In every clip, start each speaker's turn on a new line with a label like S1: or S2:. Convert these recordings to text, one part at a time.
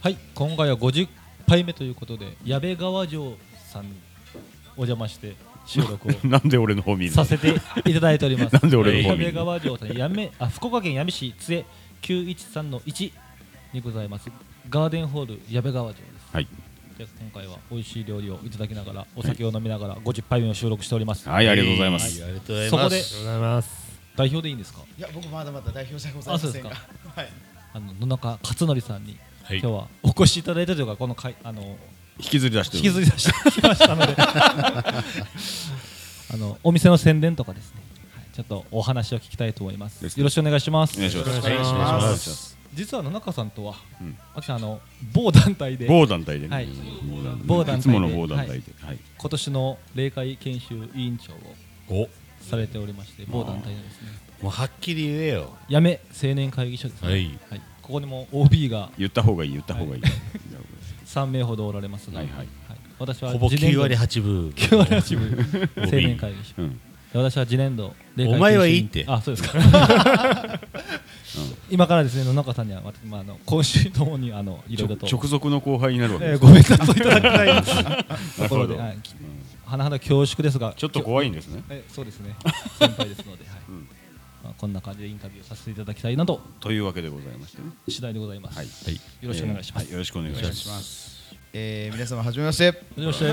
S1: はい今回は50杯目ということで矢部川城さんにお邪魔して収 録を
S2: なんで俺の方見るの
S1: させていただいております
S2: なんで俺の
S1: 矢
S2: 方見
S1: 部
S2: るの
S1: 川城さんやめあ福岡県八女市津江913の1にございますガーデンホール矢部川城です
S2: はい、
S1: じゃあ今回は美味しい料理をいただきながらお酒を飲みながら50杯目を収録しております、
S2: はい、ありがとうございます、
S3: はいありがとうございます
S1: そこで
S3: ありがとうございます
S1: 代表でいいんですか
S4: いや僕まだまだ代表者ございませんが
S1: あそ
S4: はい
S1: あの野中勝則さんに
S3: はい
S1: 今日はお越しいただいたというかこのかいあの
S2: 引きずり出して
S1: 引
S2: る
S1: きずり出してきましたのであのお店の宣伝とかですねはいちょっとお話を聞きたいと思います
S2: ですね
S1: よろしくお願いします
S2: お願いします
S3: お願いします
S2: す
S1: 実は野中さんとは、
S2: うん
S1: 私あの某団体で
S2: 某団体でね、
S1: はい
S2: 某
S1: 某団体
S2: 団体
S1: で
S2: いつもの某団体で、はい
S1: 今年の霊界研修委員長を
S3: お
S1: されておりまして某団体のですね
S3: もうはっきり言えよ
S1: やめ青年会議所ですね、
S3: はい
S1: ここにも OB が
S2: 言った方がいい言った方がいい、
S1: 3名ほどおられますが、
S2: はいはい
S1: 私は
S3: ほぼ9割
S1: 8
S3: 8分
S1: 割8分 青
S3: OB
S1: 年会議所
S2: うん
S1: 私は次年度霊界研修委員
S3: お前はいいって
S1: あそうですか 今からですね野中さんには、まあ、あの今週ともにあのいろいろと
S2: ちょ直属の後輩になるわけ
S1: えー
S2: です、
S1: ごめんなさいいただきたいと
S2: なる
S1: ころ
S2: ほ
S1: で、
S2: ど、
S1: はい、き甚だ恐縮ですが
S2: ちょっと
S1: きょ
S2: 怖いんですね
S1: えそうですね先輩ですので、はい
S2: ん
S1: まあ、こんな感じでインタビューさせていただきたいなと
S2: というわけでございましてね
S1: 次第でございます、
S2: はい、
S1: よろしくお願いします
S2: えーはいよろしくお願いします
S4: えー、皆様はじめまして
S1: よろしく
S2: ほ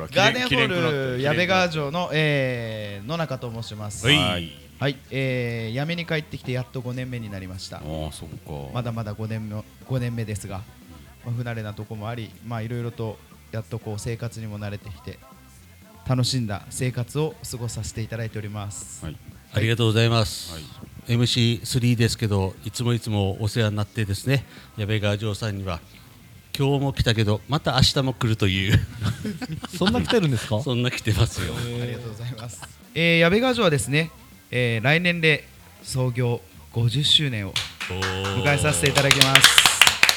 S2: ら
S4: ガーデンホ
S2: きれいきれいくなっ
S4: ー
S2: た
S4: ル矢部川城の、えー、野中と申します
S2: はい、
S4: はい、えー、やめに帰ってきてやっと5年目になりました
S2: ああそうか、
S4: まだまだ5年目5年目ですが、まあ、不慣れなとこもありまあいろいろとやっとこう生活にも慣れてきて楽しんだ生活を過ごさせていただいております、
S2: はい
S3: ありがとうございます、
S2: はい
S3: MC3 ですけどいつもいつもお世話になってですね矢部川城さんには今日も来たけどまた明日も来るという
S1: そんな来てるんですか
S3: そんな来てますよ
S4: ありがとうございます。えー、矢部川城はですね、えー、来年で創業50周年を迎えさせていただきます。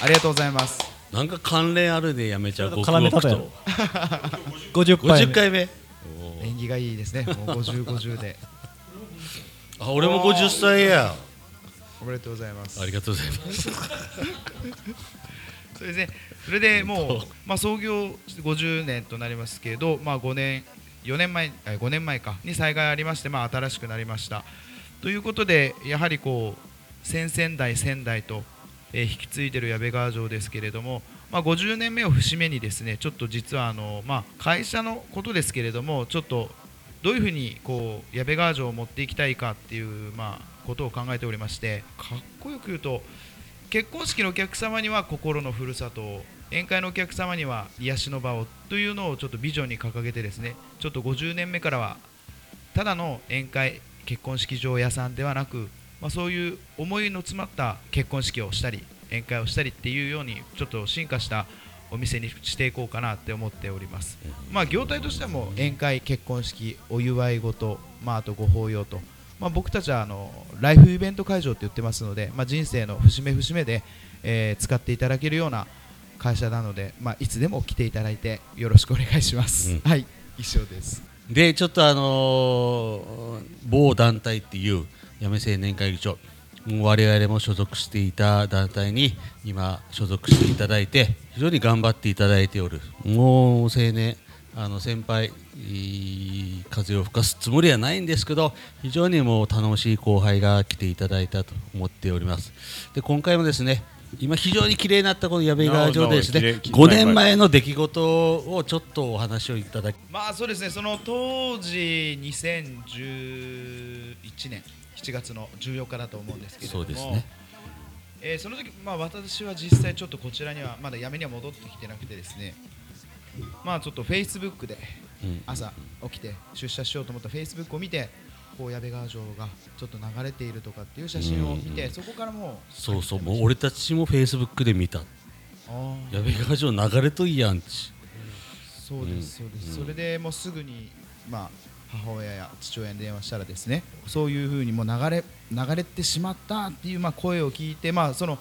S4: ありがとうございます。
S3: なんか関連あるねやめちゃうごく
S1: 絡め
S3: ご
S1: たと
S3: く
S1: やろ
S3: と
S1: 50回
S3: 50回目
S4: 縁起がいいですね。もう50、50で。
S3: あ俺も50歳や
S4: おめでとうございます。
S3: ありがとうございます
S4: それで、ね、それでもう、まあ、創業50年となりますけど、まあ、5年4年前えー5年前かに災害ありまして、まあ、新しくなりましたということでやはりこう先々代仙台と、えー引き継いでる矢部川城ですけれども、まあ、50年目を節目にですねちょっと実はあの、まあ、会社のことですけれどもちょっとどういうふうにこう矢部川城を持っていきたいかっていう、まあ、ことを考えておりましてかっこよく言うと結婚式のお客様には心のふるさとを宴会のお客様には癒しの場をというのをちょっとビジョンに掲げてですねちょっと50年目からはただの宴会結婚式場屋さんではなく、まあ、そういう思いの詰まった結婚式をしたり宴会をしたりっていうようにちょっと進化したお店にしていこうかなって思っております、まあ、業態としてはもう宴会結婚式お祝い事、まあ、あとご法要とまあ、僕たちはあのライフイベント会場って言ってますので、まあ、人生の節目節目で、えー使っていただけるような会社なので、まあ、いつでも来ていただいてよろしくお願いします、
S3: うん
S4: はい以上です
S3: でちょっとあのー某団体っていう八女青年会議所もう我々も所属していた団体に今所属していただいて非常に頑張っていただいておるもう青年あの先輩いい風を吹かすつもりはないんですけど非常にもう楽しい後輩が来ていただいたと思っておりますで今回もですね今非常に綺麗になったこの矢部川城でですね
S2: なるほど綺麗
S3: 5年前の出来事をちょっとお話をいただき
S4: まあそうですねその当時2011年7月の14日だと思うんですけれども
S3: そうですね
S4: えーその時、まあ、私は実際ちょっとこちらにはまだやめには戻ってきてなくてですねまあちょっとフェイスブックで
S3: うん
S4: 朝起きて出社しようと思ったフェイスブックを見てこう矢部川城がちょっと流れているとかっていう写真を見てそこからもう
S3: そうそう、もう俺たちもフェイスブックで見た。
S4: あー
S3: 矢部川城流れといいやんち。
S4: そうですそうです、それでもうすぐに、まあ、母親や父親に電話したらですねそういうふうにもう流れ流れてしまったっていう、まあ、声を聞いて、まあ、その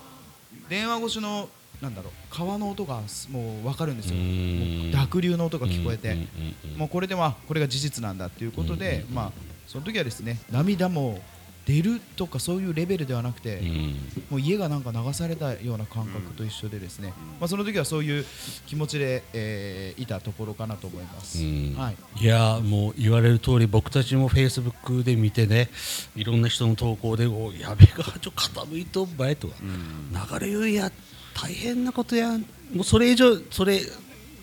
S4: 電話越しのなんだろう川の音がもう分かるんですよ
S3: うーん
S4: もう濁流の音が聞こえて、
S3: うんうんうんうん
S4: もうこれではこれが事実なんだということで、まあ、その時はですね涙も出るとかそういうレベルではなくて、
S3: うん
S4: もう家がなんか流されたような感覚と一緒でですね、まあ、その時はそういう気持ちで、えーいたところかなと思います。
S3: うん
S4: はい
S3: いやーもう言われる通り僕たちもフェイスブックで見てねいろんな人の投稿で「おやべえがちょ傾いとんばい」とか「流れよいや大変なことやんもうそれ以上それ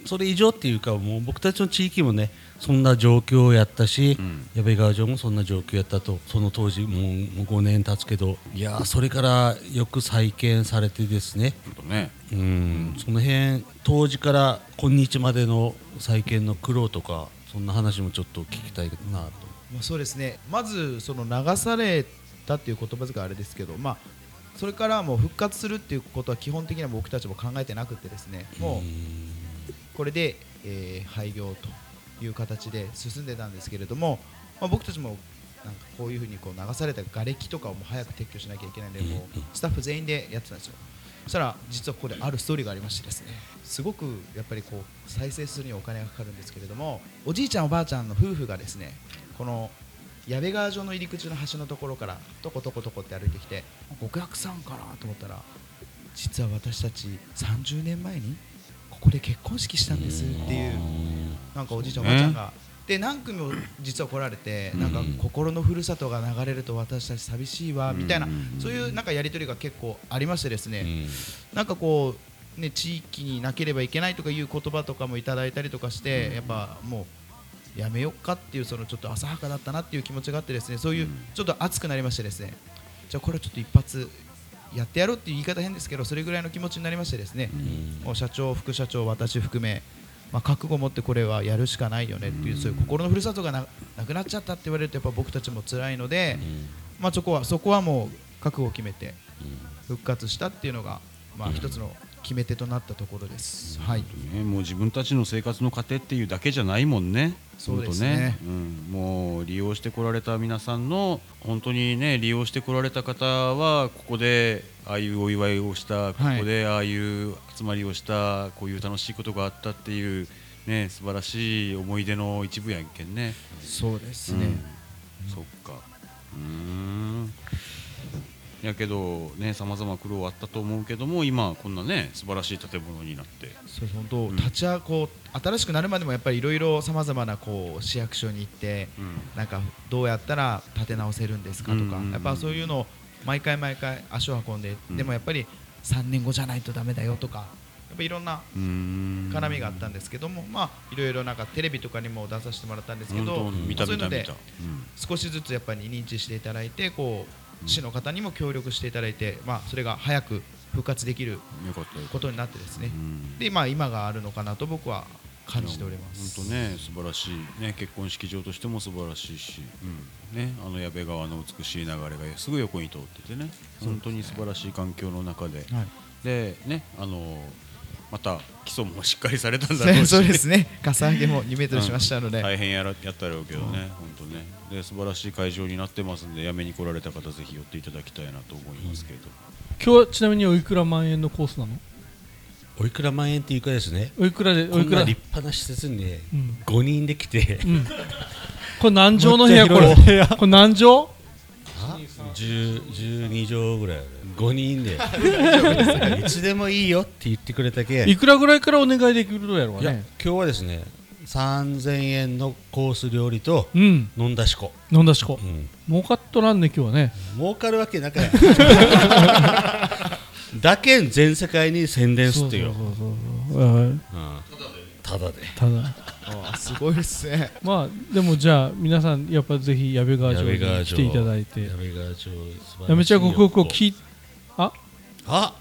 S3: それ以上っていうかもう僕たちの地域もねそんな状況をやったし、
S2: うん
S3: 矢部川城もそんな状況やったとその当時もうもう5年経つけどいやーそれからよく再建されてですね
S2: ちょっとね
S3: うんその辺当時から今日までの再建の苦労とかそんな話もちょっと聞きたいなと
S4: まあ、そうですねまずその流されたっていう言葉遣いあれですけど、まあ、それからもう復活するっていうことは基本的には僕たちも考えてなくてですねもうこれで、えー廃業という形で進んでたんですけれども、まあ、僕たちもなんかこういうふうにこう流された瓦礫とかをもう早く撤去しなきゃいけないんでもうスタッフ全員でやってたんですよ。そしたら実はここであるストーリーがありましてですねすごくやっぱりこう再生するにはお金がかかるんですけれどもおじいちゃんおばあちゃんの夫婦がですねこの矢部川上の入り口の橋のところからとことことこって歩いてきてお客さんかなと思ったら実は私たち30年前にここで結婚式したんですっていうなんかおじいちゃんおばあちゃんが。で何組も実は来られてなんか心のふるさとが流れると私たち寂しいわみたいなそういうなんかやり取りが結構ありましてですね、なんかこう、ね、地域になければいけないとかいう言葉とかもいただいたりとかして、やっぱもうやめよっかっていうそのちょっと浅はかだったなっていう気持ちがあってですねそういうちょっと熱くなりましてですねじゃあこれはちょっと一発やってやろうっていう言い方変ですけどそれぐらいの気持ちになりましてですね、もう社長、副社長、私含め、まあ、覚悟を持ってこれはやるしかないよねっていう、そういう心のふるさとがななくなっちゃったって言われるとやっぱ僕たちも辛いので、まあ、そこはそこはもう覚悟を決めて復活したっていうのが、まあ、一つの決め手となったところです。はい
S2: ねもう自分たちの生活の糧っていうだけじゃないもんね
S4: そうですね
S2: 本当うん、もう利用してこられた皆さんの本当にね利用してこられた方はここでああいうお祝いをしたこ
S4: はい
S2: こでああいう集まりをしたこういう楽しいことがあったっていうね素晴らしい思い出の一部やんけんね
S4: そうです
S2: うんそっかうーんやけどねさまざま苦労はあったと思うけども今こんなね素晴らしい建物になって
S4: そう本当、立ち会こう新しくなるまでもやっぱりいろいろさまざまなこう市役所に行って、
S2: うん
S4: なんかどうやったら立て直せるんですかとか、
S2: うんうんうん
S4: やっぱそういうのを毎回毎回足を運んで、
S2: うん
S4: でもやっぱり3年後じゃないとダメだよとかやっぱいろんな
S2: うーん
S4: 絡みがあったんですけども、まあいろいろなんかテレビとかにも出させてもらったんですけ
S2: 本
S4: ど
S2: 当見た
S4: そうい
S2: 見た
S4: うの
S2: 見
S4: で
S2: た、
S4: 少しずつやっぱり認知していただいてこう市の方にも協力していただいて、まあ、それが早く復活できる
S2: うん、よかったよか
S4: こ
S2: った
S4: とになってですね、
S2: うん
S4: でまあ今があるのかなと僕は感じております。
S2: 本当ね素晴らしいね結婚式場としても素晴らしいし、うんねあの矢部川の美しい流れがすぐ横に通っててね本当に素晴らしい環境の中で、
S4: はい
S2: でねあのまた基礎もしっかりされたんだろう
S4: そう
S2: し
S4: そうですね、かさ上げも2メートルしましたので、
S2: 大変やらやったろうけどね、本当ねで素晴らしい会場になってますんでやめに来られた方ぜひ寄っていただきたいなと思いますけれど、
S5: 今日はちなみにおいくら万円のコースなの
S3: おいくら万円っていうかですね
S5: おいくらで
S3: こ
S5: おい
S3: ん
S5: く
S3: な
S5: ら
S3: 立派な施設にね、
S5: うん
S3: 5人で来て、
S5: これ何畳の部屋
S3: め
S5: こ
S3: っちゃ
S5: れ
S3: 広い
S5: 部屋これ何畳
S3: あ10 12畳ぐらいある5人でいつでもいいよって言ってくれたけ
S5: いくらぐらいからお願いできるのやろう
S3: いや今
S5: ね
S3: 日はですね3000円のコース料理と
S5: うん
S3: 飲んだしこ、
S5: 飲んだしこ
S3: うん、
S5: 儲かっとらんね今日はね
S3: 儲かるわけなかやだけん全世界に宣伝すってよ
S5: そうそうそうそううん
S3: ただで
S5: ただ
S4: あすごいですね。
S5: まあでもじゃあ皆さんやっぱぜひ矢部川城に来ていただいて
S3: やべが城
S5: やめちゃごくごくを聞い
S3: あ
S5: あ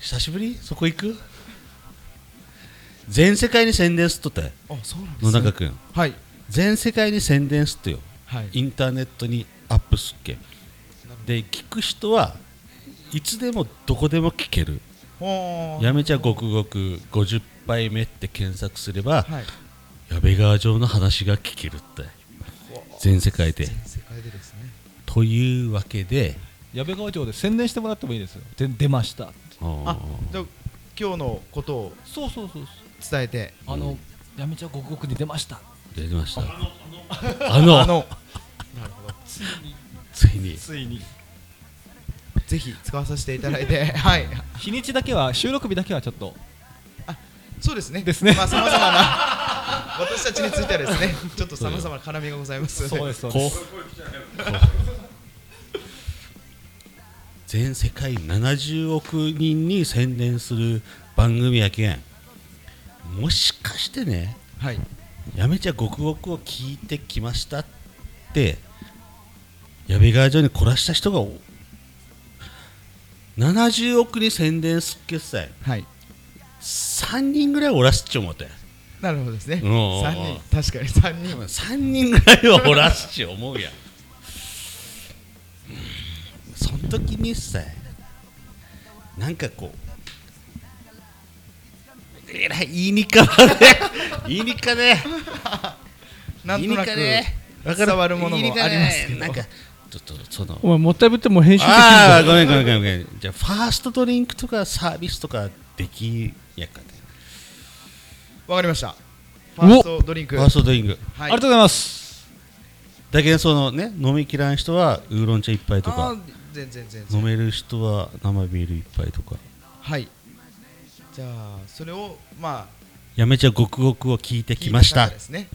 S3: 久しぶりそこ行く全世界に宣伝すっとって
S4: あ、そうなん
S3: 野中君
S4: はい。
S3: 全世界に宣伝すっとよ
S4: はい。
S3: インターネットにアップすっけで聞く人はいつでもどこでも聞ける
S4: ほー
S3: やめちゃごくごく50杯目って検索すれば
S4: はい。
S3: 矢部川城の話が聞けるって全世界で
S4: 全世界でですね。
S3: というわけで
S1: 矢部川町で宣伝してもらってもいいですよで出ました
S4: あ、じゃあ今日のことを
S1: そうそうそう
S4: 伝えて、
S1: あの、やめちゃごくごくに出ました
S3: 出てましたあの
S4: あの、なるほど。
S3: ついに
S1: ついに
S4: ぜひ使わさせていただい てはい
S1: 日にちだけは収録日だけはちょっと
S4: そうですね
S1: ですね
S4: まあさまざまな 私たちについてはですねちょっとさまざまな絡みがございます
S1: そうですそうで
S3: こ
S1: す
S3: う全世界70億人に宣伝する番組やけんもしかしてね
S4: はい
S3: やめちゃ極獄を聞いてきましたって矢部川上に凝らした人がお70億に宣伝すっけっさい
S4: はい
S3: 3人ぐらいおらすっち思ったよ
S4: なるほどですね
S3: うんうんうん
S4: 三人確かに三人
S3: 3人ぐらいはおらすっち思うやんうんその時にさなんかこうえらい言いにかわね言いにかね
S4: なんとなく
S3: いいねわか
S4: 伝わるものもありますけど
S3: なんかちょっとその
S5: お前もったいぶってもう編集でき ん
S3: ああ
S5: だ
S3: ごめんごめんごめんごめんじゃあファーストドリンクとかサービスとかできやっかね
S4: わかりましたファーストドリン
S3: フ
S4: ク
S3: ァーストドリンク
S1: あ
S4: は
S1: りがとうございます
S3: だけどそのね飲みきらん人はウーロン茶一杯と
S4: あ
S3: か
S4: ー全然全然
S3: 飲める人は生ビール一杯とか
S4: はいじゃあそれをまあ
S3: やめちゃ極極を聞いてきまし
S4: 聞い
S3: た
S4: 方ですね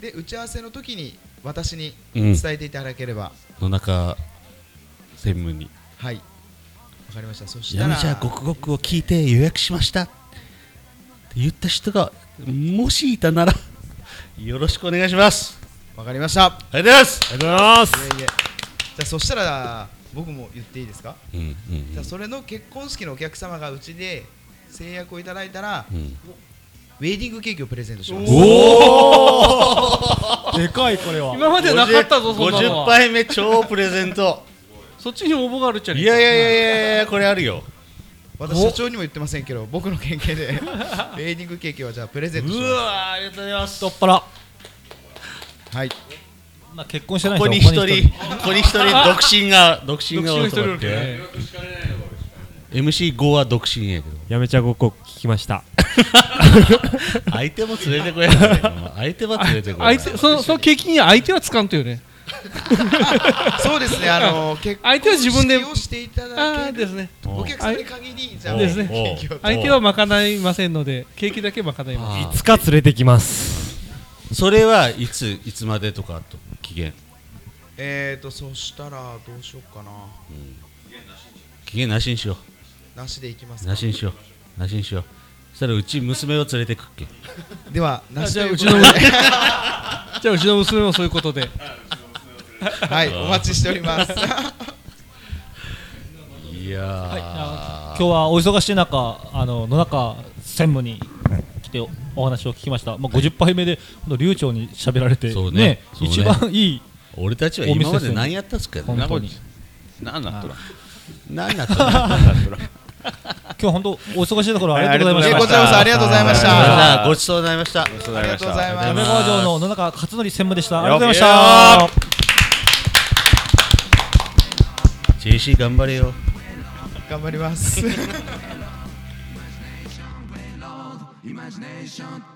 S4: で打ち合わせの時に私に
S3: うん
S4: 伝えていただければ、
S3: 野中専務に
S4: はいわかりましたそした
S3: や
S4: ら
S3: めちゃ極極を聞いて予約しましたって言った人がもしいたならよろしくお願いします
S4: わかりましたい
S3: ありがとうございます
S1: ありがとうございます
S4: えいえじゃあそしたら僕も言っていいですか、
S3: うんうん
S4: じゃあそれの結婚式のお客様がうちで制約をいただいたら
S3: うんうん
S4: ウェディングケーキをプレゼントします
S1: でかいこれは
S5: 今までなかったぞそんなの
S3: 50
S5: は
S3: 杯目超プレゼント
S5: そっちに応募があるっちゃね
S3: い
S5: えか
S3: やいやいやいやいやこれあるよ
S4: 私社長にも言ってませんけど僕の研究でウェディングケーキはじゃあプレゼントしま
S3: わありがとうございます
S1: 太っ腹
S4: すはい
S1: まあ結婚してない
S3: ここに一
S1: は
S3: 人ここに一人独身が独身が多
S5: 独身の
S3: い
S5: 人
S3: と
S5: いる
S3: 思っ
S5: わけ
S3: て
S5: ね
S3: MC5 は独身やけど
S6: やめちゃごっこ聞きました。
S3: 相手も連れてこや相手は連れてこや
S5: 相手そのその景気に相手はつかんとよね
S4: そうですね、あの結婚
S5: 相手は自分で
S4: 式をしていた
S5: あ
S4: だ
S5: あ
S4: ける
S5: ですね
S4: お客様に限りじゃあ
S5: ですね
S4: ケーキを
S5: 相手はまかないませんので景気だけまかないます
S6: いつか連れてきます。
S3: それはいついつまでとかと期限
S4: えーとそしたらどうしようかな
S3: 期限なしにしよ
S4: なしでいきます
S3: う
S4: か
S3: なしにしようなしにしようそしたらうち娘を連れてくっけ
S4: ではなし
S5: じ
S4: と
S5: ゃあ
S4: いう
S5: う
S4: こ
S5: ち
S4: と
S5: の
S4: で
S5: じゃあうちの娘もそういうことで
S4: はいお待ちしております
S3: いやー、
S1: 今日はお忙しい中あの野中専務に来ておお話を聞きました、まあ、50杯目でほんと流暢に喋られて、
S3: そうねそうね
S1: 一番いい
S3: 俺たちは今まで何やったっすか
S1: 本当に
S2: なんなっとら
S3: 何やった の
S1: 今日は本当お忙しいところありがとうござい
S4: え
S1: ま
S4: こ
S1: し
S4: ちらこそ
S1: た
S4: ありがとうございまし
S3: じ
S4: たあ
S3: ゃあごちそうございました
S2: ご
S4: りがとうござい
S1: 矢部
S4: ます
S1: 川城の野中勝則専務でしたありがとうござい
S2: よっ
S1: ました
S3: JC 頑張れよ
S4: 頑張ります
S7: imagination